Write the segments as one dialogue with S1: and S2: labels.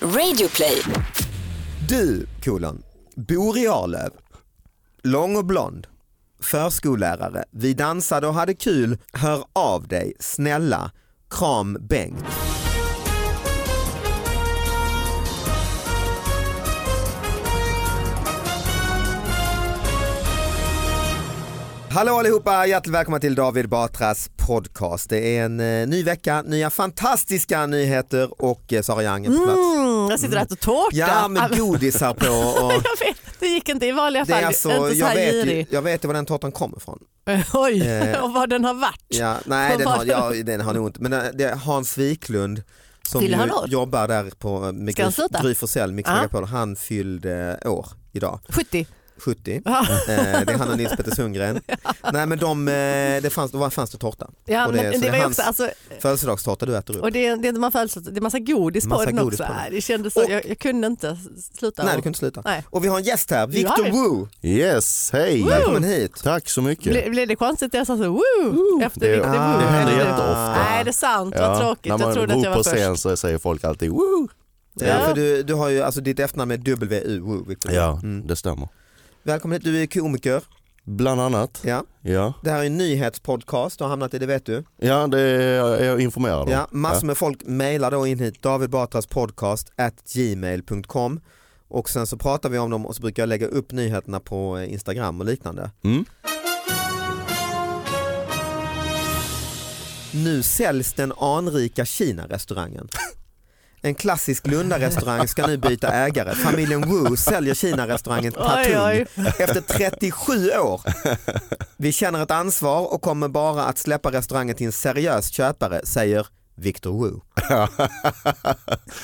S1: Radioplay.
S2: Du, kolon, bor i Arlöv, lång och blond, förskollärare, vi dansade och hade kul, hör av dig, snälla, kram Bengt. Hallå allihopa, hjärtligt välkomna till David Batras podcast. Det är en eh, ny vecka, nya fantastiska nyheter och eh, Sara Young är på plats.
S3: Mm, jag sitter och äter tårta.
S2: Ja, med
S3: Alla-
S2: godisar på och
S3: jag vet, det gick inte i vanliga
S2: Det
S3: fall.
S2: är alltså,
S3: inte så
S2: jag,
S3: här
S2: vet ju,
S3: girig.
S2: jag vet ju var den tårtan kommer ifrån.
S3: Oj,
S2: Eh.
S3: och var den har varit.
S2: Ja, nej,
S3: Vad
S2: den
S3: var
S2: har,
S3: det?
S2: ja, den har nog inte. Men eh, det är Hans Wiklund som
S3: Fyller
S2: ju
S3: han år?
S2: jobbar där på eh, med
S3: Ska han
S2: Gry,
S3: sluta?
S2: Gry Forssell, Mix
S3: Ja.
S2: Megapol. Han fyllde eh, år idag,
S3: 70.
S2: 70.
S3: Ja,
S2: Eh, det är han och Nils Petter Sundgren. Nej men de, eh, det fanns, då fanns det tårta.
S3: ja
S2: Och det-
S3: men
S2: så
S3: det,
S2: det är
S3: var ju
S2: hans-
S3: också, alltså,
S2: Födelsedagstårta du äter upp.
S3: och det, är- det är inte man födelsedag, det är massa godis
S2: Massa
S3: på den
S2: godis
S3: också.
S2: på den.
S3: Det kändes så,
S2: Och-
S3: jag, jag kunde inte sluta.
S2: Nej
S3: och-
S2: det kunde inte sluta.
S3: Nej.
S2: Och vi har en gäst här, Victor
S3: Ja.
S2: Wu.
S4: Yes, hej!
S2: Välkommen hit.
S4: Tack så mycket.
S3: Ble, blev det konstigt när jag sa så woo, efter
S4: det-
S3: Victor
S4: det
S2: Ah.
S3: Woo?
S4: händer
S3: Eller-
S4: jätteofta.
S3: Nej det är sant,
S4: Ja,
S3: vad tråkigt.
S4: När man
S3: Jag trodde
S4: bor
S3: att jag var
S4: på
S3: först.
S4: scen så säger folk alltid woo.
S2: Ja.
S3: Ja.
S2: för du, du har ju, alltså, ditt efternamn är W-U, Wu, Victor Wu.
S4: Ja,
S2: Mm.
S4: det stämmer.
S2: Välkommen hit, du är komiker.
S4: Bland annat.
S2: Ja.
S4: Ja,
S2: Det här är en nyhetspodcast, du har hamnat i det vet du.
S4: ja det är jag informerad om.
S2: Ja, massor med folk mejlar då in hit, David Batras podcast at gmail.com och sen så pratar vi om dem och så brukar jag lägga upp nyheterna på eh, Instagram och liknande.
S4: Mm.
S2: Nu säljs den anrika Kina-restaurangen. En klassisk Lunda-restaurang ska nu byta ägare. Familjen Wu säljer Kina-restaurangen
S3: Oj,
S2: Tatung
S3: oj.
S2: efter 37 år. Vi känner ett ansvar och kommer bara att släppa restaurangen till en seriös köpare, säger Victor Wu.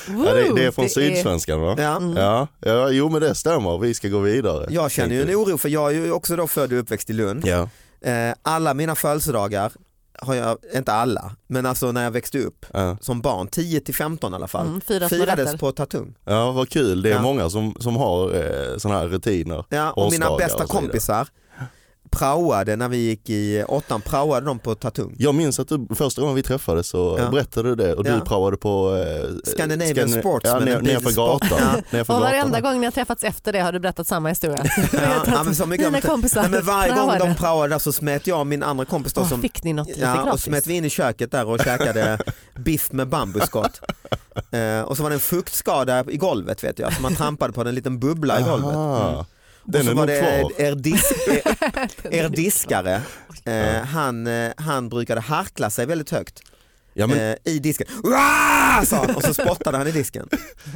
S3: Woo,
S4: Ja, det, det är från Sydsvenskan va?
S2: Ja.
S3: Mm.
S4: Ja. ja, jo men det stämmer. Vi ska gå vidare.
S2: Jag känner ju en
S4: Tänkte-
S2: oro för jag är ju också då född och uppväxt i Lund.
S4: Ja.
S2: Eh, Alla mina födelsedagar har jag, inte alla, men alltså när jag växte upp
S4: Ja.
S2: som barn, 10 till 15 i alla fall,
S3: Mm, firas med
S2: firades
S3: rätter.
S2: på Tatung.
S4: ja, vad kul. Det är
S2: Ja.
S4: många som, som har eh, sådana här rutiner.
S2: Ja, och mina
S4: Årsdagar
S2: bästa
S4: och så vidare.
S2: kompisar praoade när vi gick i åttan, praoade de på Tatung.
S4: Jag minns att du, första gången vi träffades så
S2: Ja.
S4: berättade du det och du
S2: Ja.
S4: praoade på eh,
S2: Scandinavian
S4: Scandin-
S2: Sportsman,
S4: Ja, ner,
S2: en
S4: nerför
S2: bilsport.
S4: gatan.
S2: Ja.
S4: Nerför
S3: Och varenda
S4: gatan.
S3: gång ni har träffats efter det har du berättat samma historia.
S2: Ja, ja, men så mycket
S3: Mina
S2: om-
S3: kompisar.
S2: Nej, men varje gång
S3: praoade.
S2: de praoade där så smet jag och min andra kompis då
S3: Åh,
S2: som
S3: Fick ni något lite
S2: Ja, och
S3: gratis?
S2: så smet vi in i köket där och käkade biff med bambuskott. Eh, och så var det en fuktskada i golvet vet jag, så man trampade på en liten bubbla i golvet.
S4: Aha.
S2: Mm. och
S4: Den
S2: så
S4: är
S2: var
S4: nog
S2: det
S4: kvar.
S2: er, disk, er, er diskare, eh, han, eh, han brukade harkla sig väldigt högt
S4: Ja, men,
S2: eh, i disken. "Uah!" sa han, och så spottade han i disken.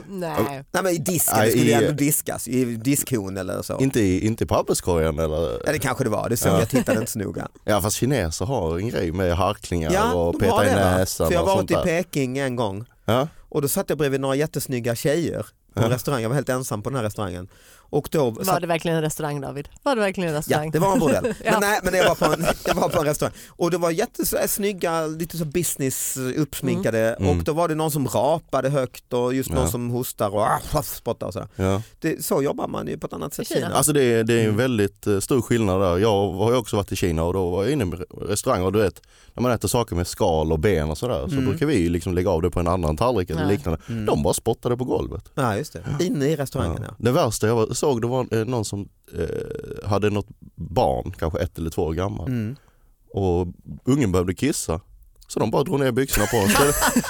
S3: Nej.
S2: Nej men i disken, det
S4: Nej,
S2: skulle ju
S4: i-
S2: ändå diskas, i diskhon eller så.
S4: Inte i, inte i papperskorgen eller?
S2: Ja, det kanske det var, det såg jag, jag tittade inte så noga.
S4: Ja fast kineser har en grej med harklingar och
S2: de har
S4: peta i
S2: det, va?
S4: näsan
S2: För jag
S4: och
S2: har
S4: sånt
S2: varit i
S4: där.
S2: Peking en gång
S4: Ja.
S2: Och då satt jag bredvid några jättesnygga tjejer på en restaurang, jag var helt ensam på den här restaurangen. Och då
S3: Var
S2: satt,
S3: det verkligen en restaurang David? Var det verkligen en restaurang?
S2: ja, det var en bordell.
S3: Ja.
S2: Men nej, men jag var, på en, jag var på en restaurang. Och det var jättesnygga, lite så business uppsminkade och då var det någon som rapade högt och just någon
S4: Mm. Ja.
S2: som hostar och ah, spottar och sådär.
S4: Ja.
S2: Det, så jobbar man ju på ett annat sätt i
S3: I Kina.
S2: Kina.
S4: Alltså det är, det är en
S2: Mm.
S4: väldigt eh, stor skillnad där. Jag har ju också varit i Kina och då var jag inne i en restaurang och du vet när man äter saker med skal och ben och sådär
S2: Mm.
S4: så brukar vi ju liksom lägga av det på en annan tallrik eller
S3: Ja.
S4: liknande. De bara spottade på golvet.
S2: Ja, just det. Inne i restaurangen ja.
S4: Det värsta jag var, såg det var eh, någon som eh, hade något barn, kanske ett eller två år gammal
S2: Mm.
S4: och ungen behövde kissa. Så de bara drog ner byxorna på honom.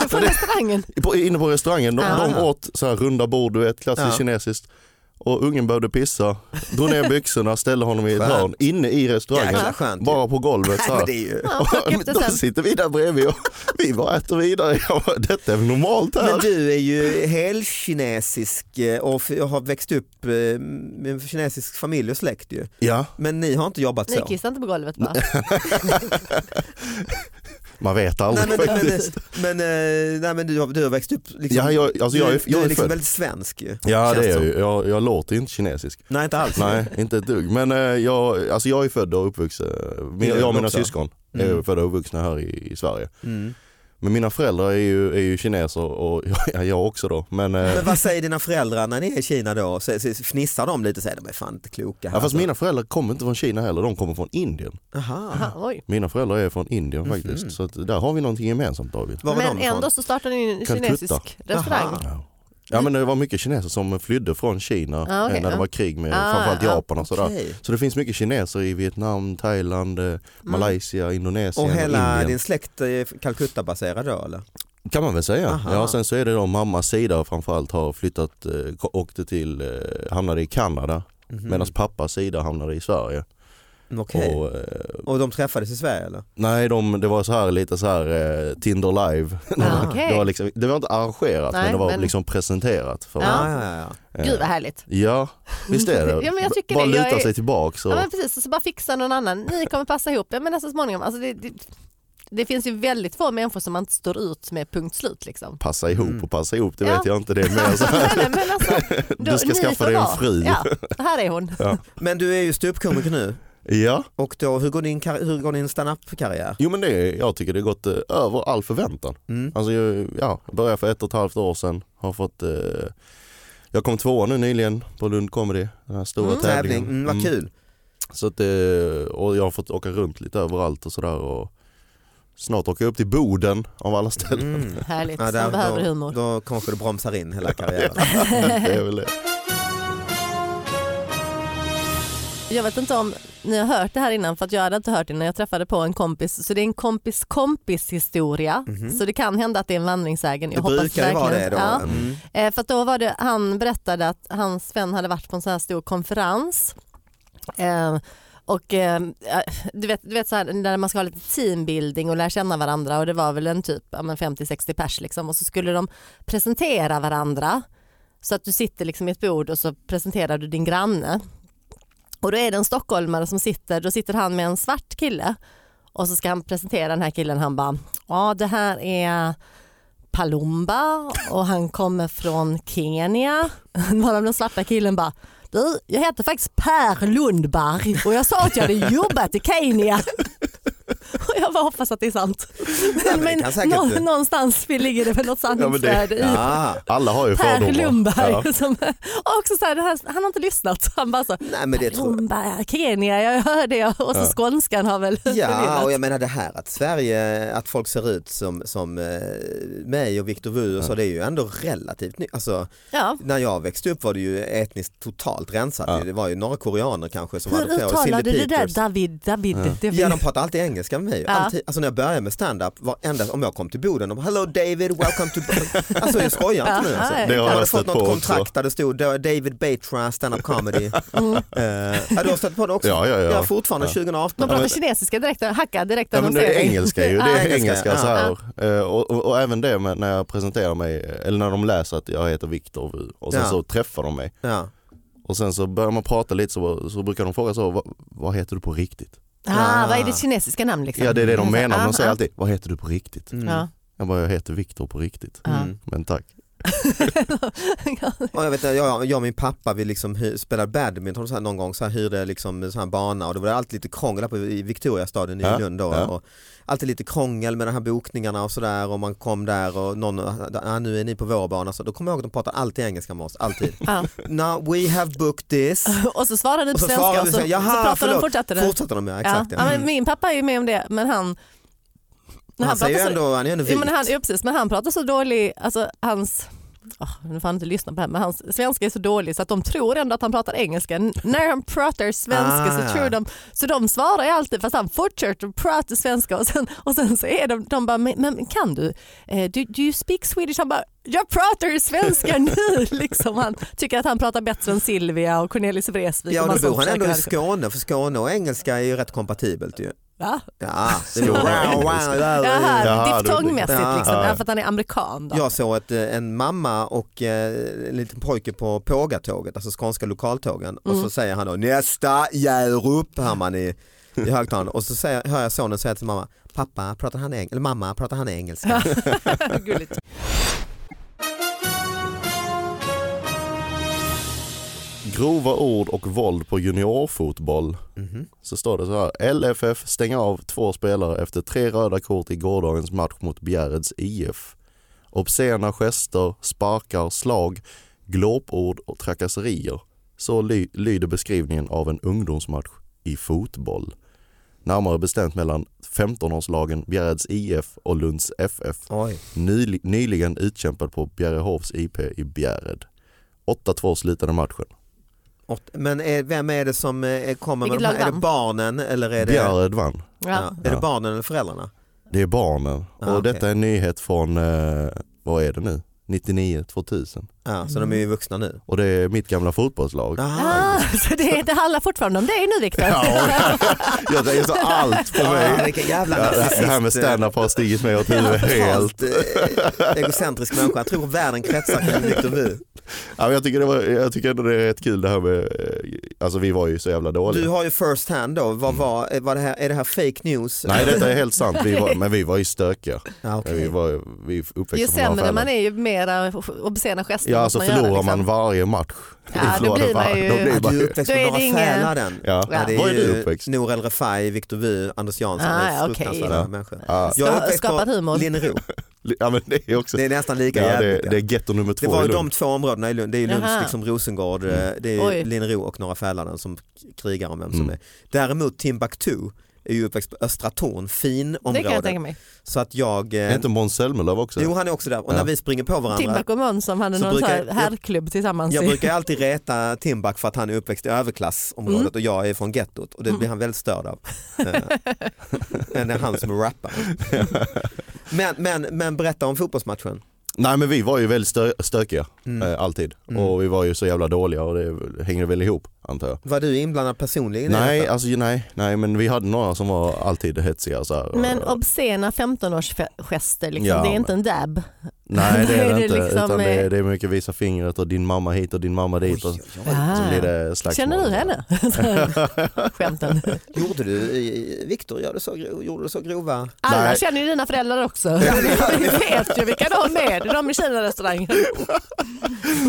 S3: På restaurangen?
S4: På, inne på restaurangen, de,
S3: Ja.
S4: de åt så här runda bord, du vet, klassiskt
S2: Ja.
S4: kinesiskt. Och ungen behövde pissa, drog ner byxorna, ställde honom i ett
S2: Skönt.
S4: hörn inne i restaurangen.
S2: Jäkla skönt ju.
S4: bara på golvet så
S2: Nej, men
S4: här.
S2: det är ju...
S3: Ja,
S4: Och
S3: och efter
S4: Då
S3: sen.
S4: sitter vi där bredvid och vi bara äter vidare. Jag bara, Detta är väl normalt
S2: Men
S4: här?
S2: du är ju helkinesisk eh, och f- har växt upp eh, med en kinesisk familj och släkt ju.
S4: Ja,
S2: Men ni har inte jobbat
S3: Ni
S2: så?
S3: kissar inte på golvet bara?
S4: man vet
S2: Nej
S4: aldrig
S2: men, men,
S4: faktiskt.
S2: men, eh, nej, men du, har, du har växt upp, liksom,
S4: Ja, jag, alltså, jag,
S2: du,
S4: är- jag
S2: du
S4: är
S2: är liksom
S4: född.
S2: väldigt svensk ju.
S4: Ja
S2: känns
S4: det är jag
S2: som.
S4: ju. Jag, jag låter ju inte kinesisk.
S2: Nej inte alls.
S4: Nej, inte ett dugg. Men eh, jag, alltså, jag är född och uppvuxen, eh, min,
S2: Det är
S4: jag och mina
S2: också.
S4: syskon
S2: Mm.
S4: är födda och uppvuxna här i, i Sverige.
S2: Mm.
S4: Men mina föräldrar är ju, är ju kineser och jag, jag också då. Men, eh,
S2: Men vad säger dina föräldrar när ni är i Kina då? Så, så, fnissar de lite och säger de är fan inte kloka här. alltså."
S4: ja, fast mina föräldrar kommer inte från Kina heller, de kommer från Indien.
S2: Aha.
S3: Aha, oj.
S4: Mina föräldrar är från Indien
S2: Mm.
S4: faktiskt. Så att där har vi någonting gemensamt David.
S2: Var var
S3: Men
S2: de ifrån?
S3: ändå så startade ni en
S4: Calcutta.
S3: kinesisk restaurang.
S2: Aha.
S4: Ja. Ja men det var mycket kineser som flydde från Kina
S3: Ah, okej,
S4: eh, när det
S3: ja.
S4: var krig med
S3: Ah,
S4: framförallt
S3: ja,
S4: Japan och sådär.
S2: okej. Mm.
S4: Så det finns mycket kineser i Vietnam, Thailand, eh, Malaysia, Indonesien
S2: Och
S4: och,
S2: hela
S4: Indien.
S2: din släkt är Calcutta-baserad då eller?
S4: Kan man väl säga.
S2: Aha.
S4: Ja, sen så är det då mammas sida framförallt har flyttat, eh, ko- åkte till, eh, hamnade i Kanada
S3: Mm.
S2: Mhm.
S4: medan pappas sida hamnade i Sverige.
S2: Okej.
S4: Och, eh,
S2: Och de träffades i Sverige eller?
S4: nej, de, det var så här lite så här eh, Tinder live.
S3: Ja,
S4: Det,
S3: okej.
S4: var liksom, det var inte arrangerat
S3: Nej,
S4: men det var
S3: men-
S4: liksom presenterat. För,
S3: Ja.
S2: Ah, ja, ja.
S4: eh,
S3: Gud vad härligt.
S4: Ja, visst är det.
S3: Ja, men jag tycker
S4: Bara
S3: det.
S4: luta
S3: Jag är-
S4: sig tillbaka. Så.
S3: Ja men precis, och så bara fixa någon annan. Ni kommer passa ihop. Ja men alltså småningom. Alltså, det, det, det finns ju väldigt få människor som man inte står ut med punkt slut liksom.
S4: Passa ihop och passa ihop, det
S3: Ja.
S4: vet jag inte. Det är mer så här,
S3: Nej, nej, men alltså, då-
S4: du ska
S3: ni
S4: skaffa
S3: får
S4: dig en
S3: vara.
S4: fru. Ja.
S3: Ja, här är hon.
S2: Men du är ju ståuppkomiker nu och då, hur går din, kar- hur går din standup-karriär?
S4: Jo men det, är- jag tycker det har gått eh, över all förväntan.
S2: Mm.
S4: Alltså, jag- ja, jag började för ett och ett halvt år sedan. Har fått, eh, jag kom tvåa nu nyligen på Lund Comedy, den här stora
S3: Mm.
S4: tävlingen.
S2: Tävling, mm, vad
S4: Mm.
S2: kul.
S4: Så att, eh, och jag har fått åka runt lite överallt och sådär. Och snart åker jag upp till Boden av alla ställen.
S2: Mm.
S3: Härligt,
S2: Ja,
S3: man
S2: där,
S3: behöver
S2: då,
S3: humor.
S2: då kanske du bromsar in hela karriären.
S4: det är väl det.
S3: Jag vet inte om ni har hört det här innan för att jag hade inte hört det när jag träffade på en kompis. Så det är en kompis kompis historia. Så det kan hända att det är en
S2: Mhm.
S3: vandringssägen.
S2: Det
S3: Jag hoppas
S2: brukar ju vara det
S3: verkligen-
S2: då.
S3: Ja.
S2: Mm.
S3: Eh, För att då var det, han berättade att hans vän hade varit på en sån här stor konferens. Eh, och eh, du vet, du vet så här, när man ska ha lite teambuilding och lära känna varandra och det var väl en typ ja, men 50-60 pers liksom och så skulle de presentera varandra så att du sitter liksom i ett bord och så presenterar du din granne. Och då är det en stockholmare som sitter, då sitter han med en svart kille och så ska han presentera den här killen han bara ja det här är Palumba och han kommer från Kenya. Bara den svarta killen bara du, jag heter faktiskt Per Lundberg och jag sa att jag hade jobbat i Kenya. Och jag bara hoppas att det är sant.
S2: men det kan säkert-
S3: nå- någonstans ligger det väl något
S4: Ja, men det-
S3: sanningsvärde i
S2: Ah,
S4: Alla har ju
S3: Per
S4: fördomar.
S3: Lundberg.
S4: Ja.
S3: Som, och också så här, det här, han har inte lyssnat. Han bara så,
S2: nej men det tror
S3: Lundberg, Kenya, jag hörde jag. Och så skånskan har väl
S2: Ja,
S3: förvillat.
S2: och jag menar det här att Sverige, att folk ser ut som, som eh, mig och Victor Wu och så, det är ju ändå relativt nytt. Alltså,
S3: ja.
S2: när jag växte upp var det ju etniskt totalt rensat.
S4: Ja.
S2: Det var ju några koreaner kanske som
S3: Hur
S2: hade på Silly
S3: uttalade du det där
S2: Peters.
S3: David? David det
S2: Ja de pratar alltid engelska med mig.
S3: Ja.
S2: Alltid, alltså när jag började med stand-up, varenda, om jag kom till Boden, de hello David, welcome to Boden. Alltså jag skojar inte nu. Alltså.
S3: Ja,
S4: Det har
S2: Jag
S4: jag
S2: hade
S4: stött
S2: fått
S4: på
S2: något
S4: också.
S2: kontrakt där det stod David Batra, stand-up comedy.
S3: Mm.
S2: Eh, ja, du har stött på det också?
S4: Ja, ja, ja.
S2: Jag har fortfarande 2018.
S3: de pratar kinesiska direkt, hacka direkt när
S4: Ja,
S3: de
S4: men det
S3: ser
S4: är
S3: dig.
S4: engelska ju, det
S3: Ja.
S4: är
S2: engelska,
S4: engelska
S2: ja.
S4: så här. Eh, Och, och, och även det med när jag presenterar mig, eller när de läser att jag heter Viktor Wu och sen
S2: Ja.
S4: så träffar de mig.
S2: Ja.
S4: Och sen så börjar man prata lite så, så brukar de fråga så, "Va- vad heter du på riktigt?
S3: Ah, vad är ditt kinesiska namn liksom?
S4: Ja det är det de menar,
S3: Ah,
S4: de säger
S3: ah.
S4: alltid, vad heter du på riktigt?
S2: Mm.
S3: Ja.
S4: Jag bara, jag heter Viktor på riktigt.
S3: Ja.
S2: Mm.
S4: Men tack.
S2: Och jag, vet, jag, jag och min pappa vi liksom hy- spelade badminton så här någon gång, så här, hyrde liksom en sån här bana och det var alltid lite krångel där på, i Victoriastadion i
S4: Ja,
S2: Lund. Då,
S4: ja.
S2: och alltid lite krångel med de här bokningarna och sådär och man kom där och någon, ah, nu är ni på vår bana, så då kommer jag ihåg att de pratade alltid engelska med oss, alltid.
S3: Ja.
S2: Now we have booked this.
S3: Och så svarar du på
S2: Och så
S3: Ah,
S2: svarade vi
S3: typ svenska och så,
S2: så,
S3: så,
S2: jaha,
S3: pratar de
S2: förlåt.
S3: fortsätter det.
S2: Fortsatte de ja, Mm.
S3: ja.
S2: exakt.
S3: Ja, men min pappa är ju med om det men han,
S2: Han, säger ju ändå, han är ju ändå
S3: Ja,
S2: vit.
S3: men han, ja, precis, men han pratar så dålig, alltså hans, åh, nu får han inte lyssna på det här, men hans svenska är så dålig så att de tror ändå att han pratar engelska. N- när han pratar svenska
S2: Ah.
S3: så tror de, så de svarar ju alltid fast han fortsätter att prata svenska och sen, och sen så är de, de bara, men, men kan du, eh, do, do you speak Swedish? Han bara, jag pratar svenska nu liksom. Han tycker att han pratar bättre än Silvia och Cornelis Vreeswijk.
S2: Ja, och
S3: och
S2: då
S3: massa
S2: bor han ändå i
S3: försöker-
S2: Skåne, för Skåne och engelska är ju rätt kompatibelt ju.
S3: Va?
S2: Ja, det är
S4: Skåne
S2: wow,
S4: och
S2: wow,
S4: engelska.
S2: wow.
S3: Jaha,
S4: Jaha, du-
S3: diftongmässigt
S2: Ja.
S3: liksom,
S4: Ja.
S3: ja, för att han är amerikan. Då.
S2: Jag såg att eh, en mamma och eh, en liten pojke på Pågatåget, alltså skånska lokaltågen och
S3: Mm.
S2: så säger han då nästa Hjärup, hör man i, i högtalaren och så säger, hör jag sonen säga till mamma, pappa pratar han engelska, eller mamma pratar han engelska?
S3: Gulligt.
S4: Grova ord och våld på juniorfotboll. Så står det så här, LFF stänger av två spelare efter tre röda kort i gårdagens match mot Bjärreds IF. Obscena gester, sparkar, slag, glåpord och trakasserier. Så ly- lyder beskrivningen av en ungdomsmatch i fotboll. Närmare bestämt mellan 15-årslagen Bjärreds IF och Lunds FF.
S2: Oj.
S4: Nyli- nyligen utkämpad på Bjärehovs IP i Bjärred. 8-2 slutade matchen.
S2: Åt- Men är, vem är det som eh, kommer med
S3: Vilket
S2: de här?
S3: lag
S2: Är det
S3: vann?
S2: barnen eller är det,
S4: Bjärred vann.
S2: ja.
S3: Ja.
S2: är det
S4: Ja.
S2: barnen eller föräldrarna?
S4: Det är barnen.
S2: Ah,
S4: och
S2: okej.
S4: detta är en nyhet från, eh, vad är det nu? 99, 2000.
S2: Ja, så de är ju vuxna nu.
S4: Och det är mitt gamla fotbollslag.
S2: Aha.
S3: Ah, så det, det handlar fortfarande om dig nu Viktor?
S4: Ja, jag tänker så allt på
S2: Ja,
S4: mig.
S2: vilken jävla
S4: Ja, det-
S2: narcissist.
S4: det här med stand-up har stigit mig åt huvudet helt.
S2: Totalt eh, egocentrisk människa. Jag tror världen kretsar kring Victor Wu.
S4: Ja, men jag, tycker det var, jag tycker ändå det är rätt kul det här med, eh, alltså vi var ju så jävla dåliga.
S2: Du har ju first hand då. Vad var, eh, var det här, är det här fake news?
S4: Mm. Nej detta är helt sant, vi var, men vi var ju stökiga.
S2: Ja, okej.
S4: Vi var vi uppväxte
S3: Ju
S4: på
S3: sämre
S4: Malmfällen.
S3: man är ju mera obscena gester
S4: liksom Ja
S3: måste
S4: alltså
S3: man göra,
S4: förlorar man
S3: liksom.
S4: varje match.
S3: Ja, då
S4: förlorar
S3: blir man
S4: varje-
S3: ju...
S4: då blir
S2: Ja,
S4: man
S2: du är
S4: ju-
S2: uppväxt
S3: Då är
S2: med
S3: det
S2: några
S3: inget-
S2: fälaren.
S4: Ja.
S2: Ja, det
S4: Var är du
S2: ju
S4: uppväxt?
S2: Nour El Refai, Victor Wu, Anders Jansson. det
S3: Ah,
S2: är
S3: ja, okej.
S2: fruktansvärda
S4: Ja.
S2: människor.
S4: Ja,
S2: Jag är
S3: Ska-
S2: uppväxt
S3: skapad
S2: på
S3: humor.
S2: Linnero.
S4: ja men det är också,
S2: Det är nästan lika
S4: ja, det,
S2: jävligt. ja.
S4: det är getto nummer
S2: Det
S4: två
S2: var
S4: i
S2: ju
S4: Lund.
S2: de två områdena i Lund, det är ju Lunds
S3: Jaha.
S2: liksom Rosengård, eh, det är ju
S3: Oj.
S2: Linnero och Norra Fäladen som krigar om vem som
S4: Mm.
S2: är. Däremot Timbuktu är ju uppväxt på Östra Torn, fin
S3: Det kan jag
S2: område.
S3: tänka mig.
S2: Så att jag...
S4: Är
S2: Eh,
S4: inte Måns Zelmerlöw också?
S2: jo han är också där och när
S4: Ja.
S2: vi springer på varandra
S3: Timbuk och Måns som hade
S2: Så
S3: någon
S2: brukar-
S3: brukar, här herrklubb tillsammans.
S2: jag
S3: i-
S2: brukar alltid reta Timbuk för att han är uppväxt i överklassområdet och jag är från gettot och det blir han väldigt störd av. Eh, Men det är han som är rappare. Men, men, men berätta om fotbollsmatchen.
S4: Nej men vi var ju väldigt stö- stökiga,
S2: Mm.
S4: eh, alltid.
S2: Mm.
S4: Och vi var ju så jävla dåliga och det hänger väl ihop antar jag.
S2: Var du inblandad personligen i
S4: Nej,
S2: detta?
S4: alltså, nej, nej men vi hade några som var alltid hetsiga så här.
S3: Men obscena 15-årsgester, liksom.
S4: Ja,
S3: det är
S4: men-
S3: inte en dab.
S4: Nej det är det inte,
S3: liksom,
S4: utan det,
S3: eh,
S4: är- det är mycket visa fingret och din mamma hit och din mamma dit. Och,
S2: Oj, oj, oj.
S3: Ah.
S4: så blir det slagsmål.
S3: Känner du henne? Skämten.
S2: Gjorde du, eh, Viktor, gjorde du så, gro- gjorde du så grova?
S3: Alla
S4: Nej.
S3: känner ju dina föräldrar också. Vi vet ju vilka de är. Det är de i Kina-restaurangen.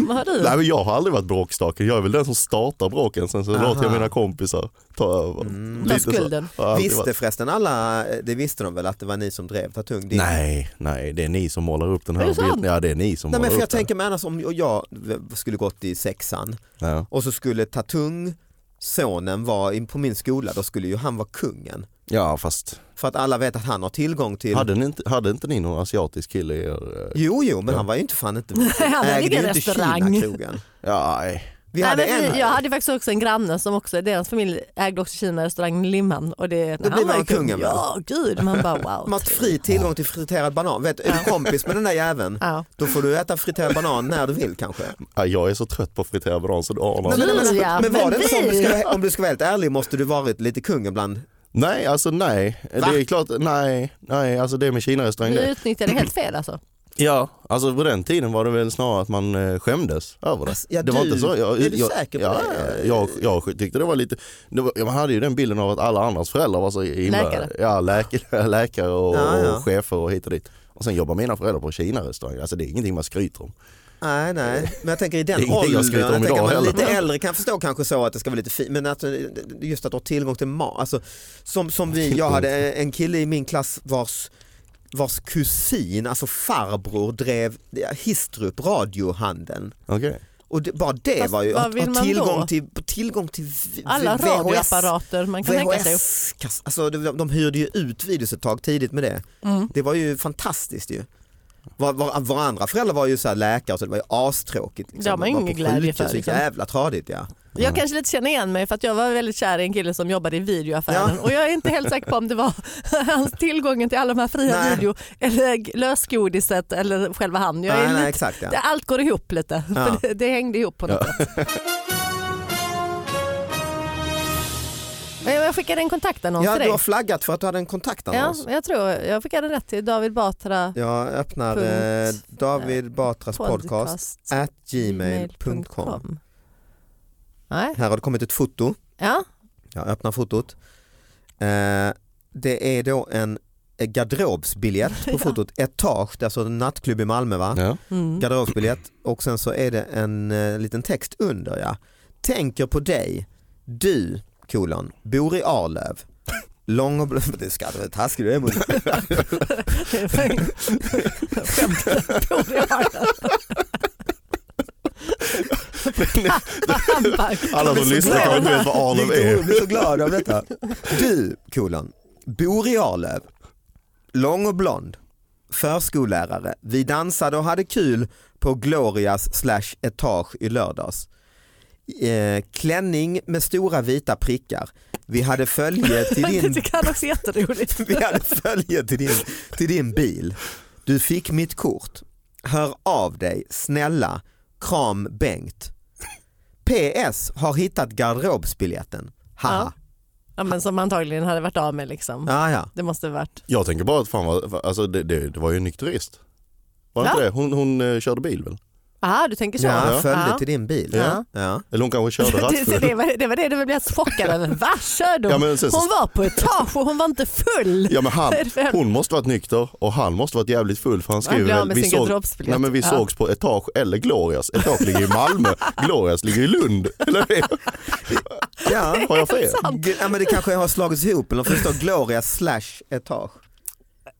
S3: Vad har du?
S4: Nej men jag har aldrig varit bråkstaken, jag är väl den som startar bråken sen så
S2: Aha. Mm.
S4: låter jag mina kompisar ta över.
S3: Ta
S4: Lite så.
S3: skulden.
S4: Jag har alltid
S2: Visste
S4: varit-
S2: förresten alla, eh, det visste de väl att det var ni som drev Tatung? Din-
S4: Nej, nej det är ni som målar upp den här
S3: Är det sant?
S4: bilden. Ja det är ni som
S2: Nej men
S4: målar
S2: för
S4: upp
S2: jag
S4: den.
S2: tänker mig annars om jag skulle gått i sexan
S4: Ja.
S2: och så skulle Tatung, sonen, vara in på min skola, då skulle ju han vara kungen.
S4: ja fast
S2: För att alla vet att han har tillgång till
S4: hade, ni inte, hade inte ni någon asiatisk kille i er? eh,
S2: Jo, jo, men
S4: Ja.
S2: han var ju inte fan inte...
S3: Han hade
S2: ägde
S3: ingen
S2: ju inte
S3: restaurang.
S2: Kina-krogen.
S4: Ja, nej.
S2: Vi
S3: Nej,
S2: hade
S3: men
S2: en
S3: vi, jag hade faktiskt också en granne som också, deras familj ägde också Kina-restaurangen i Limhamn. Och det,
S2: Då
S3: han
S2: blir
S3: var
S2: man
S3: ju kung.
S2: kungen, va?
S3: Ja, gud. Man bara wow.
S2: som har fri tillgång till friterad banan. Vet, är du kompis med den där jäveln,
S3: Ja.
S2: då får du äta friterad banan när du vill kanske.
S4: Ja, jag är så trött på friterad banan så du anar.
S2: Men,
S4: Nej,
S2: men, men,
S3: Ja,
S2: men var
S3: men
S2: det inte så, om du,
S3: vi-
S2: ska, om du ska vara helt ärlig måste du varit lite kungen bland,
S4: nej alltså nej.
S2: Va?
S4: Det är klart, nej, nej alltså det med Kina-restaurang
S3: Vi
S4: det.
S3: utnyttjade helt fel alltså.
S4: Ja, alltså på den tiden var det väl snarare att man eh, skämdes över det.
S2: Alltså, ja,
S4: det var
S2: du-
S4: inte så. Jag,
S2: är du
S4: jag,
S2: säker på
S4: ja,
S2: det?
S4: Jag, jag tyckte det var lite, det var, man hade ju den bilden av att alla andras föräldrar var så himla,
S3: Läkare.
S4: Ja, läkare, läkare och,
S2: Ja, ja.
S4: och chefer och hit och dit. Och sen jobbar mina föräldrar på Kina-restaurang, alltså det är ingenting man skryter om.
S2: nej nej, men jag tänker i
S4: Eh. Det
S2: den
S4: är ingenting jag
S2: åldern,
S4: skryter om
S2: jag tänker
S4: idag
S2: att man
S4: heller.
S2: lite äldre kan förstå kanske så att det ska vara lite fint, men att, eh, just att ha tillgång till mat, alltså, som, som vi, jag hade en kille i min klass vars vars kusin, alltså farbror, drev Histrup radiohandeln.
S4: Okej.
S2: Och det, bara det
S3: Fast
S2: var ju
S3: vad
S2: att
S3: vill
S2: ha
S3: man
S2: tillgång
S3: då?
S2: till, tillgång till v-
S3: Alla
S2: VHS.
S3: radioapparater man kan tänka sig.
S2: VHS, kass- alltså de, de hyrde ju ut videos ett tag tidigt med det.
S3: Mm.
S2: Det var ju fantastiskt ju. Var, var, våra andra föräldrar var ju så här läkare så det var ju astråkigt. Liksom.
S3: Det har man
S2: De var
S3: ingen
S2: på
S3: glädje
S2: sjukhus,
S3: för,
S2: Så
S3: liksom.
S2: jävla tradigt ja.
S3: Jag kanske lite känner igen mig för att jag var väldigt kär i en kille som jobbade i videoaffären
S2: Ja.
S3: och jag är inte helt säker på om det var hans tillgången till alla de här fria
S2: Nej.
S3: video eller lösgodiset eller själva han. Jag är
S2: nej, nej,
S3: lite,
S2: exakt, ja.
S3: det- Allt går ihop lite,
S2: Ja.
S3: för det, det hängde ihop på något sätt. Men Jag skickade en kontaktannons
S2: ja
S3: till
S2: du har
S3: dig.
S2: flaggat för att du hade en
S3: Ja,
S2: kontaktannons.
S3: jag tror jag skickade rätt till David Batra
S2: Jag öppnar eh,
S3: Punkt.
S2: David Batras podcast at gmail.com.
S3: gmail.com. Nej,
S2: Här har det kommit ett foto.
S3: ja.
S2: Jag öppnar fotot. Eh, det är då en garderobsbiljett på fotot. Etage, det är alltså en nattklubb i Malmö va?
S4: Ja.
S3: Mm.
S2: garderobsbiljett och sen så är det en eh, liten text under ja. Tänker på dig, du kolon, bor i Arlöv, lång och blå, det ska du vara taskig du är mot
S3: Skämt. Borde jag ha det? Han bara,
S4: Alla som
S2: så
S4: lyssnar kanske inte vet vad Arlöv
S2: Victor Hugo
S4: är.
S2: blir så glad av detta. Du, kolon, bor i Arlöv, lång och blond, förskollärare. Vi dansade och hade kul på Glorias slash etage i lördags. Eh, klänning med stora vita prickar. Vi hade följe till
S3: Men
S2: din
S3: det tycker han också är jätteroligt.
S2: vi hade följe till din, till din bil. Du fick mitt kort. Hör av dig, snälla. Kram Bengt. PS har hittat garderobsbiljetten. Haha.
S3: Ja, men som antagligen hade varit av med liksom.
S2: Ja, ja.
S3: Det måste ha varit.
S4: Jag tänker bara att fan vad, alltså det, det, det var ju en nykterist. Var det
S3: Va?
S4: inte det? Hon, hon eh, körde bil väl?
S3: Aha, Ah, du tänker så?
S2: ja
S4: Ja.
S2: följe till din bil.
S3: Ja.
S2: Ja.
S4: Eller hon kanske körde
S3: Det, det, det,
S4: rattfull.
S3: var, det var det du blev helt chockad över. Va, körde
S4: Ja,
S3: hon?
S4: men sen så-
S3: Hon var på etage och hon var inte full.
S4: Ja men han,
S3: Vad är det för-
S4: hon måste varit nykter och han måste varit jävligt full för han skriver
S3: blev av
S4: väl,
S3: med
S4: vi,
S3: sin
S4: såg,
S3: garderobsbiljett."
S4: nej, men vi
S3: Ja.
S4: sågs på Etage eller Glorias. Etage ligger i Malmö, Glorias ligger i Lund. Eller det-
S2: ja.
S4: har jag fel?
S2: G- ja men det kanske har slagits ihop eller för det står Gloria slash etage.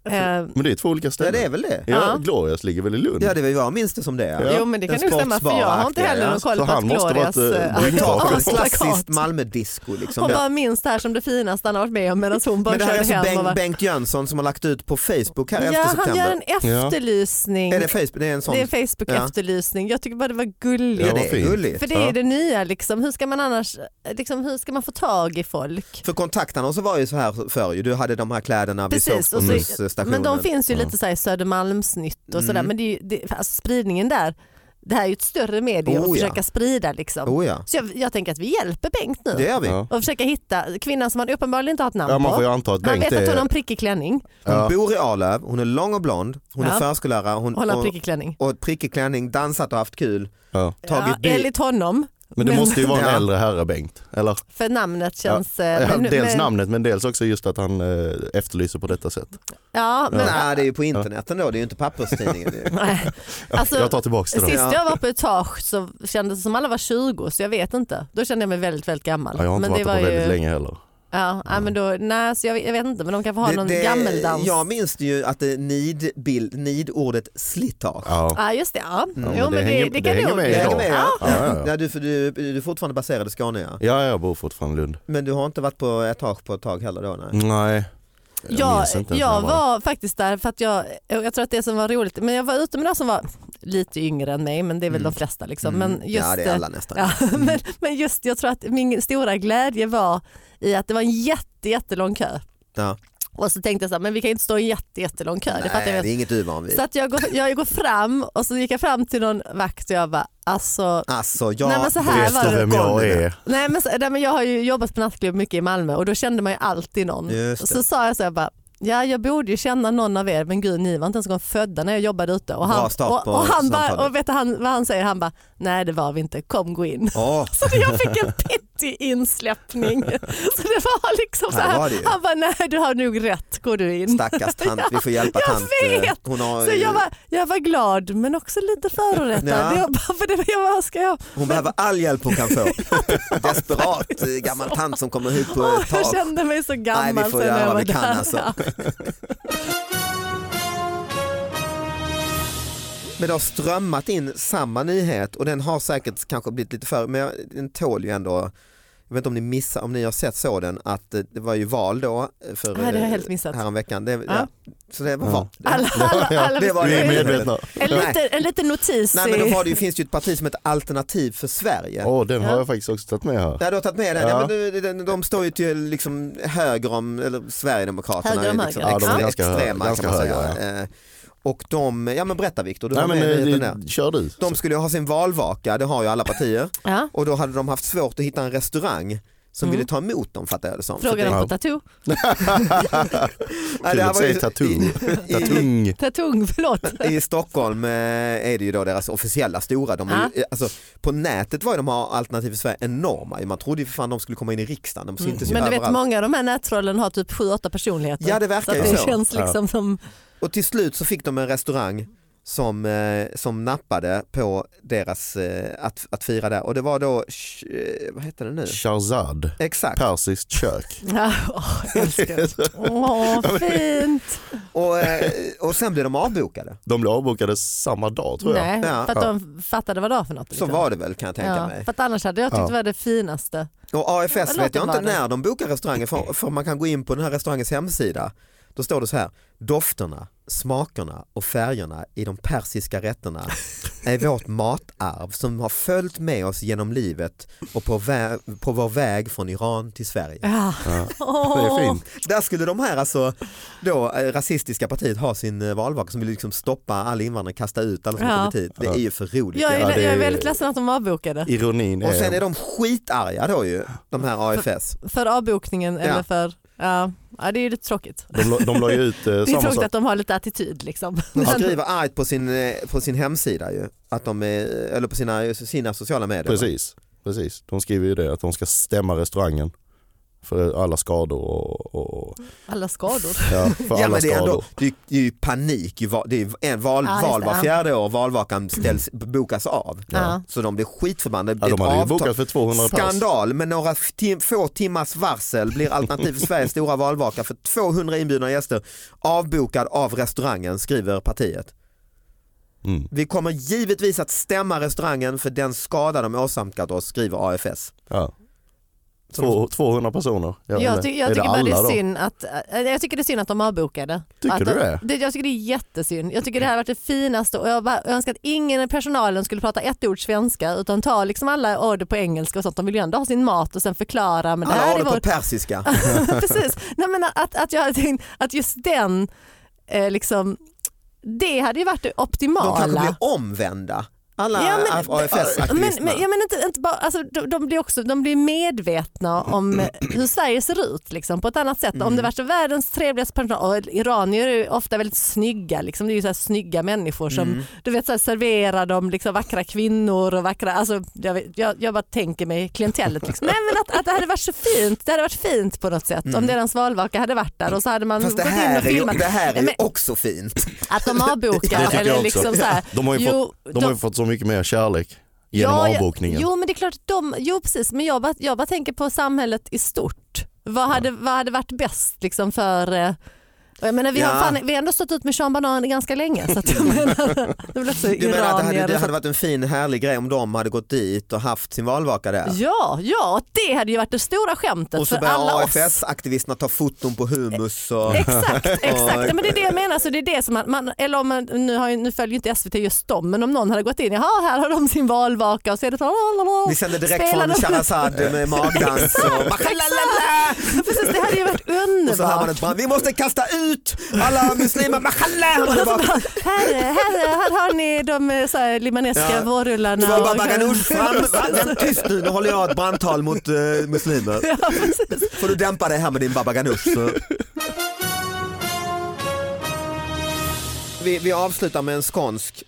S3: Eh,
S4: Men det är två olika
S2: Ja
S4: ställen.
S2: det är väl det.
S4: Ja,
S3: Ja.
S4: Glorias ligger väl i Lund?
S2: Ja det var jag minns det som det.
S4: Ja.
S2: Ja.
S3: Jo men det kan
S2: Den
S3: nog stämma för jag har inte
S2: sportsbaraktiga,
S3: heller
S2: ja.
S3: någon koll
S4: Så
S3: på att
S4: han måste
S3: Glorias...
S4: varit, eh,
S3: eh,
S4: Ja, det är
S2: Etage,
S4: klart.
S2: ett klassiskt
S3: plakat.
S2: Malmödisco. Liksom.
S3: Hon
S2: där.
S3: bara minns det här som det finaste han har varit med om medan hon bara
S2: Men det här är
S3: körde
S2: alltså
S3: hem. och
S2: Bengt,
S3: var...
S2: Bengt Jönsson som har lagt ut på Facebook här 11
S3: ja, han
S2: september.
S3: gör en efterlysning.
S2: Är det Facebook? Det är en sån.
S3: Det är en Facebook-efterlysning. Jag tycker bara det var gulligt.
S2: Ja,
S4: Ja, vad
S2: det är
S4: fint.
S2: gulligt. För,
S3: För det är
S4: Ja.
S3: det nya liksom. Hur ska man annars, liksom, hur ska man få tag i folk?
S2: kontaktannonser var ju så här förr ju. Du hade de här kläderna vid
S3: Precis, och så-
S2: bussstationen.
S3: Men
S4: Mm.
S3: de finns ju
S4: Ja.
S3: lite så här i Södermalmsnytt och sådär.
S2: Mm.
S3: Men det är ju, det, alltså, spridningen där, det här är ju ett större medium
S2: Oh,
S3: att
S2: ja.
S3: försöka sprida liksom.
S2: Oh ja,
S3: Så jag, jag tänker att vi hjälper Bengt nu
S2: det gör vi.
S4: Ja.
S3: och försöka hitta kvinnan som han uppenbarligen inte har ett namn
S4: Ja, man får
S3: på.
S4: ju anta att
S3: Han
S4: Bengt eh,
S3: vet att hon har
S4: är...
S3: en prickig klänning.
S2: Hon
S4: Ja.
S2: bor i Arlöv, hon är lång och blond, hon är
S3: Ja.
S2: förskollärare hon,
S3: Och han har en
S2: och,
S3: prickig klänning.
S2: och prickig klänning, dansat och haft kul.
S4: Ja.
S2: Tagit
S3: ja,
S2: bil.
S3: enligt honom.
S4: Men det måste ju vara
S2: Ja.
S4: en äldre herre Bengt. Eller?
S3: För namnet känns... eh,
S4: Ja,
S3: men-
S4: dels
S3: men-
S4: namnet men dels också just att han eh, efterlyser på detta sätt.
S3: Ja, men,
S2: Nej det är ju på internet ändå, det är ju inte papperstidningen. ju.
S3: Nej. Alltså,
S4: jag tar tillbaka det då.
S2: sist-
S3: Sist
S2: Ja.
S3: jag var på etage så kändes det som alla var 20 så jag vet inte. Då kände jag mig väldigt, väldigt gammal.
S4: Ja, jag har inte
S3: men
S4: varit där på
S3: ju-
S4: väldigt länge heller.
S3: Ja, ja. Men då, nej, så jag, jag vet inte men de kanske har någon gammeldans.
S2: jag minns det ju att det nid, bild, nidordet slitage.
S4: Ja.
S3: Ja just det, ja.
S2: Mm.
S4: men
S3: jo,
S4: det
S3: men
S4: hänger-
S3: det, det
S4: det
S3: kan
S4: hänger
S3: nog
S4: med
S2: Det
S4: idag.
S2: är du med ja?
S4: Ja, ja, ja.
S2: Ja, du, för du, du är fortfarande baserad i Skåne ja.
S4: ja, jag bor fortfarande i Lund.
S2: Men du har inte varit på etage på ett tag heller då? Nej.
S4: Nej.
S3: Jag,
S4: minns inte
S3: jag,
S4: ens när det.
S3: var faktiskt där för att jag, jag tror att det som var roligt, men jag var ute med några som var lite yngre än mig men det är väl
S2: Mm.
S3: de flesta liksom.
S2: Mm.
S3: Men just,
S2: ja det
S3: eh,
S2: är alla Mm. nästan.
S3: Ja, men, men just jag tror att min stora glädje var i att det var en jätte, jättelång kö.
S2: Ja.
S3: Och så tänkte jag så här, men vi kan ju inte stå i en jätte, jättelång kö. det
S2: Nej,
S3: fattar jag
S2: det
S3: väl.
S2: är inget du är van vid.
S3: Så att jag, går, jag går fram och så gick jag fram till någon vakt och jag bara alltså
S2: Alltså jag
S3: Nej, men så här
S4: Vet
S3: var
S4: du
S3: det.
S4: vem jag är?
S3: Nej men, så- nej men jag har ju jobbat på nattklubb mycket i Malmö och då kände man ju alltid någon.
S2: Just det.
S3: Så sa jag så jag bara, ja jag borde ju känna någon av er men gud ni var inte ens en gång födda när jag jobbade ute. Och
S2: Bra
S3: han,
S2: start
S3: och,
S2: på
S3: och han bara,
S2: samtalet.
S3: och vet du han, vad han säger? Han bara, nej det var vi inte, kom gå in.
S2: Åh,
S3: Så jag fick en pittig insläppning. Så det var liksom så
S2: Här
S3: här.
S2: var det ju.
S3: han bara, nej du har nog rätt, går du in.
S2: stackars tant, vi får hjälpa
S3: Jag
S2: tant. eh,
S3: vet.
S2: Hon, har,
S3: Så jag var, jag var glad men också lite förorättad.
S2: Ja.
S3: Jag bara, för det, jag bara, vad ska jag?
S2: hon behöver all hjälp hon kan få. Desperat eh, gammal tant som kommer hit på
S3: Åh,
S2: ett
S3: jag
S2: tak.
S3: kände mig så
S2: Nej
S3: gammal
S2: vi får
S3: sen när
S2: göra
S3: jag
S2: vad
S3: var
S2: vi kan
S3: där.
S2: alltså. Men det har strömmat in samma nyhet och den har säkert kanske blivit lite för, men jag- den tål ju ändå jag vet inte om ni missar, om ni har sett så den att eh, det var ju val då eh, för
S3: Nej, det har jag
S2: eh,
S3: helt missat.
S2: häromveckan. Det, ja.
S3: Ja.
S2: Så det var
S4: Ja.
S2: val.
S3: Alla, alla,
S4: Ja,
S3: alla,
S2: det var
S4: Vi är
S2: det.
S4: medvetna.
S3: En, liten, en liten notis.
S2: Nej men
S3: i-
S2: då var det ju, finns det ju ett parti som heter Alternativ för Sverige.
S4: Åh, den
S3: Ja.
S4: har jag faktiskt också tagit med här.
S2: Ja, du har tagit med den. Ja.
S4: Ja.
S2: men du- de, de står ju till liksom höger om eller Sverigedemokraterna.
S3: Höger om
S2: är liksom
S3: höger.
S4: Ja, de är
S2: extre-
S4: ganska hö-
S2: extrema
S4: ganska
S2: kan man säga.
S4: höger,
S2: Eh, Och de, ja men berätta Viktor, du
S4: Nej
S2: har
S4: men
S2: med dig den
S4: eh,
S2: där.
S4: det, kör du.
S2: De skulle ju ha sin valvaka, det har ju alla partier.
S3: ja.
S2: Och då hade de haft svårt att hitta en restaurang som
S3: Mm.
S2: ville ta emot dem fattar jag det som. Så
S3: Frågar
S2: det-
S3: de
S4: Ja.
S3: på tattoo?
S2: Ja,
S4: Kul
S2: det här
S4: att
S2: var ju-
S4: säga tatung.
S2: i-
S4: Tatung.
S3: Tatung, förlåt.
S2: I Stockholm eh, är det ju då deras officiella stora. De har ju, alltså, på nätet var ju de här Alternativ för Sverige enorma. Man trodde ju för fan de skulle komma in i riksdagen. De syntes
S3: Men
S2: ju
S3: du vet
S2: överallt.
S3: många av de här nättrollen har typ 7-8 personligheter.
S2: Ja, det verkar
S3: så att
S2: ju
S3: det
S2: så.
S3: känns liksom som
S2: Och till slut så fick de en restaurang som, eh, som nappade på deras eh, att, att fira där och det var då, sh- eh, vad heter det nu?
S4: Shahrzad,
S2: Exakt.
S4: persiskt kök.
S3: Ja, åh, jag älskar det. Åh, fint.
S2: Och, eh, och sen blev de avbokade.
S4: De blev avbokade samma dag tror jag.
S3: Nej,
S2: Ja.
S3: för att de fattade vad det var för något. liksom.
S2: Så var det väl kan jag tänka
S3: ja,
S2: mig.
S3: För att annars hade jag tyckt
S4: Ja.
S3: det var det finaste.
S2: Och AFS
S3: Ja,
S2: vet jag
S3: låt
S2: inte
S3: dem vara
S2: när de bokar restauranger för, för man kan gå in på den här restaurangens hemsida. Då står det så här, dofterna, smakerna och färgerna i de persiska rätterna är vårt matarv som har följt med oss genom livet och på, vä- på vår väg från Iran till Sverige.
S3: Ja.
S4: Det
S3: Åh.
S4: är fint.
S2: Där skulle de här alltså, då, eh, rasistiska partiet ha sin eh, valvaka som vill liksom stoppa alla invandrare, kasta ut alla som
S3: Ja.
S2: har kommit hit. Det är ju för roligt.
S3: Jag, är,
S4: Ja, det är-
S3: jag är väldigt ledsen att de avbokade.
S4: Ironin
S2: Och
S4: är...
S2: sen är de skitarga då ju, de här AFS.
S3: För avbokningen
S2: Ja.
S3: eller för... Ja. ja, det är ju lite tråkigt.
S4: De, la- de la ju ut eh,
S3: Det är
S4: samma
S3: tråkigt
S4: sak.
S3: att de har lite attityd liksom.
S2: De skriver argt på sin, eh, på sin hemsida ju, att de är, eller på sina, sina sociala medier.
S4: Precis, precis. De skriver ju det att de ska stämma restaurangen för alla skador och, och
S3: Alla skador.
S4: ja, för
S2: Ja,
S4: alla
S2: men det, är
S4: skador.
S2: ändå, det, är, det är ju panik, ju va- det är en val,
S3: Ja, just
S2: val
S3: det,
S2: var
S3: ja. Mm.
S2: fjärde år, valvakan ställs, bokas av.
S3: Ja.
S2: Så de blir skitförbannade. Det
S4: Ja,
S2: är
S4: de
S2: ett
S4: hade ju
S2: avtal-
S4: bokat för 200 pass.
S2: Skandal, med några f- tim- få timmars varsel blir Alternativ för Sveriges stora valvaka för 200 inbjudna gäster avbokad av restaurangen, skriver partiet.
S4: Mm.
S2: Vi kommer givetvis att stämma restaurangen för den skada de åsamkat oss, skriver AFS.
S4: Ja. Två, 200 personer. Jag,
S3: Jag,
S4: vet
S3: ty-
S4: inte.
S3: jag,
S4: är det
S3: tycker bara det
S4: alla
S3: är
S4: då?
S3: synd att, äh, jag tycker det är synd att de avbokade.
S4: Tycker
S3: att
S4: du det?
S3: Jag tycker det är jättesynd. Jag tycker det här har varit det finaste och jag bara önskar att ingen i personalen skulle prata ett ord svenska utan ta liksom alla order på engelska och sånt. De vill ju ändå ha sin mat och sen förklara. Men det
S2: Alla
S3: här
S2: har
S3: är
S2: det på
S3: vår...
S2: persiska.
S3: Precis. Nej, men att, att, jag, tänkte- att just den, eh, liksom, det hade ju varit det
S2: De
S3: optimala.
S2: kanske blir omvända. Alla
S3: Ja, men- men,
S2: AFS-aktivister.
S3: men, ja, men inte, inte bara, alltså, de, de, blir också, de blir medvetna om hur Sverige ser ut liksom, på ett annat sätt. Om det värsta världens trevligaste personal, och iranier är ju ofta väldigt snygga, liksom. det är ju så här snygga människor som du vet, så här, serverar dem liksom, vackra kvinnor och vackra, alltså, jag, vet, jag, jag bara tänker mig klientellet. Liksom. Nej men att, att det hade varit så fint, det hade varit fint på något sätt om deras valvaka hade varit där och så hade man
S2: Fast det
S3: gått in och
S2: här är ju,
S3: filmat.
S2: det här är ju
S3: Men
S2: också fint.
S3: Att de
S4: Det
S3: avbokar
S4: tycker
S3: eller
S4: jag
S3: liksom
S4: också.
S3: så här,
S4: De har ju
S3: jo,
S4: fått, de har ju fått så mycket mer kärlek genom
S3: Ja, jag-
S4: avbokningen.
S3: Jo men det är klart, att de, jo precis men jag bara, jag bara tänker på samhället i stort. Vad hade, vad hade varit bäst liksom för eh, och jag menar, vi,
S2: Ja.
S3: har fan, vi har ändå stått ut med Sean Banan ganska länge. Så att jag menar, det blir också
S2: Du menar att det hade,
S3: iranier
S2: det
S3: och
S2: hade
S3: sånt.
S2: varit en fin härlig grej om de hade gått dit och haft sin valvaka där.
S3: Ja, ja, och det hade ju varit det stora skämtet
S2: Och så
S3: för alla
S2: börjar
S3: oss. Eh, oh,
S2: AFS-aktivisterna ta foton på hummus och
S3: Exakt, exakt. Ja, men det är det jag menar. Så det är det som man, man, eller om man, nu, har, ju- nu följer ju inte SVT just dem, men om någon hade gått in, jaha här har de sin valvaka och så är det så,
S2: vi sänder direkt
S3: spelar
S2: från
S3: de-
S2: Shahrazad med magdans och,
S3: Exakt. Precis, det hade ju varit underbart.
S2: och så hör man ett brand. Vi måste kasta ut alla muslimer, Mahallah! Och det bara-
S3: Här, här, här har ni de eh, så här, limanesiska
S2: Ja.
S3: vårrullarna.
S2: Så bara
S3: och-
S2: Baganush fram, Va? tyst nu, nu håller jag ett brandtal mot eh, muslimer.
S3: Ja, precis.
S2: Får du dämpa det här med din Baba Ganoush. Så. Vi, vi avslutar med en skånsk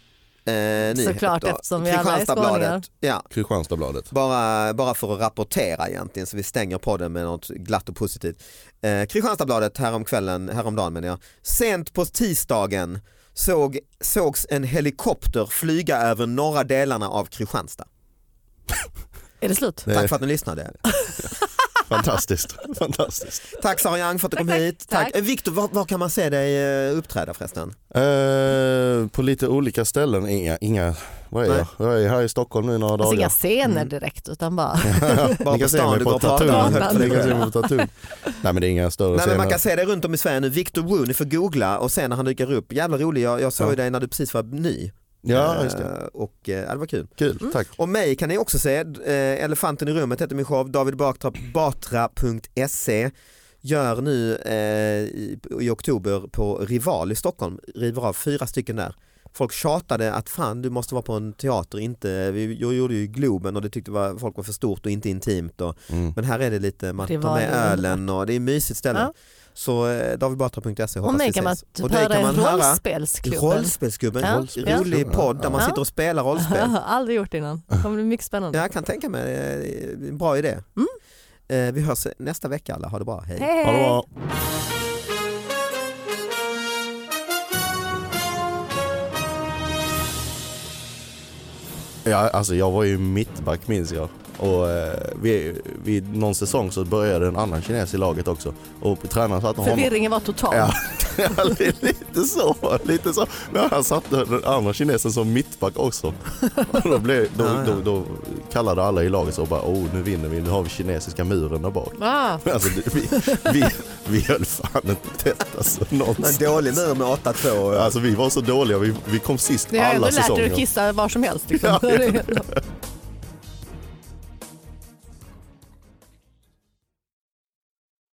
S2: eh, nyhet.
S3: Såklart,
S2: då.
S3: eftersom vi alla är
S2: Kristianstadsbladet.
S3: skåningar.
S2: Ja,
S4: Kristianstadsbladet.
S2: bara, bara för att rapportera egentligen så vi stänger podden med något glatt och positivt. Eh, Kristianstadsbladet häromkvällen, häromdagen menar jag. Sent på tisdagen såg, sågs en helikopter flyga över norra delarna av Kristianstad.
S3: Är det slut?
S4: Det
S2: Tack
S4: är
S2: för att ni lyssnade.
S4: fantastiskt. fantastiskt.
S2: Tack Sara Young för att du
S3: Tack,
S2: kom
S3: tack,
S2: hit. Tack.
S3: tack.
S2: Eh, Viktor, var, var kan man se dig eh, uppträda förresten?
S4: Eh, på lite olika ställen, inga, inga vad är
S2: Nej.
S4: jag? Jag är här i Stockholm nu några
S3: Alltså
S4: dagar.
S3: inga scener direkt utan bara
S2: Bara
S4: Ni
S2: på
S4: kan se
S2: stan,
S4: mig
S2: du
S4: på
S2: går och pratar
S3: Tatun.
S2: högt för
S4: Tatun.
S2: dig
S4: Ni kan se
S2: själv.
S4: mig på Tatun. Nej men det är inga större
S2: Nej, men man
S4: scener.
S2: kan se dig runt om i Sverige nu, Victor Woo, ni får googla och sen när han dyker upp, jävla rolig, jag, jag såg ju
S4: Ja.
S2: dig när du precis var ny
S4: Ja
S2: Eh,
S4: just det,
S2: och eh, ja, det var kul.
S4: kul,
S3: Mm.
S4: tack.
S2: Och mig kan ni också se, eh, Elefanten i rummet heter min show, David Batra, Batra.se gör nu eh, i, i oktober på Rival i Stockholm, river av fyra stycken där. Folk tjatade att fan du måste vara på en teater, inte, vi, jag gjorde ju Globen och det tyckte var, folk var för stort och inte intimt. Och,
S4: Mm.
S2: Men här är det lite, man tar
S3: Rival
S2: med
S3: är
S2: ölen och det är mysigt ställe.
S3: Ja.
S2: Så eh, davidbatra.se
S3: Och
S2: hoppas vi
S3: mig kan man
S2: ses.
S3: typ höra i
S2: höra i
S3: rollspelsklubben.
S2: Rollspelsklubben,
S3: Ja.
S2: rollspelsklubben. rolig
S4: Ja.
S2: podd där man
S3: Ja.
S2: sitter och spelar rollspel.
S3: Jag har aldrig gjort det innan. Det kommer bli mycket spännande.
S2: Ja, Jag kan tänka mig, det är en bra idé. Eh, Vi hörs nästa vecka alla, ha det bra, hej.
S3: Hej!
S4: Ha det bra. Ja, alltså jag var ju mittback minns jag. Och eh, vid, vid någon säsong så började en annan kines i laget också. Och tränaren satte honom...
S3: Förvirringen var total.
S4: Ja, ja, li- lite så. Lite så. Men han satte den andra kinesen som mittback också. Och då, blev, då,
S2: Ja, ja.
S4: Då, då kallade alla i laget så och bara oh nu vinner vi, nu har vi kinesiska muren där bak.
S3: Ah,
S4: Alltså, det- vi, vi, vi höll fan inte tätt alltså,
S2: En
S4: någonstans.
S2: dålig mur med 8-2.
S4: Alltså vi var så dåliga, vi, vi kom sist
S3: ni har ändå
S4: alla
S3: lärt er
S4: säsonger.
S3: att kissa var som helst. Liksom.
S4: Ja, ja.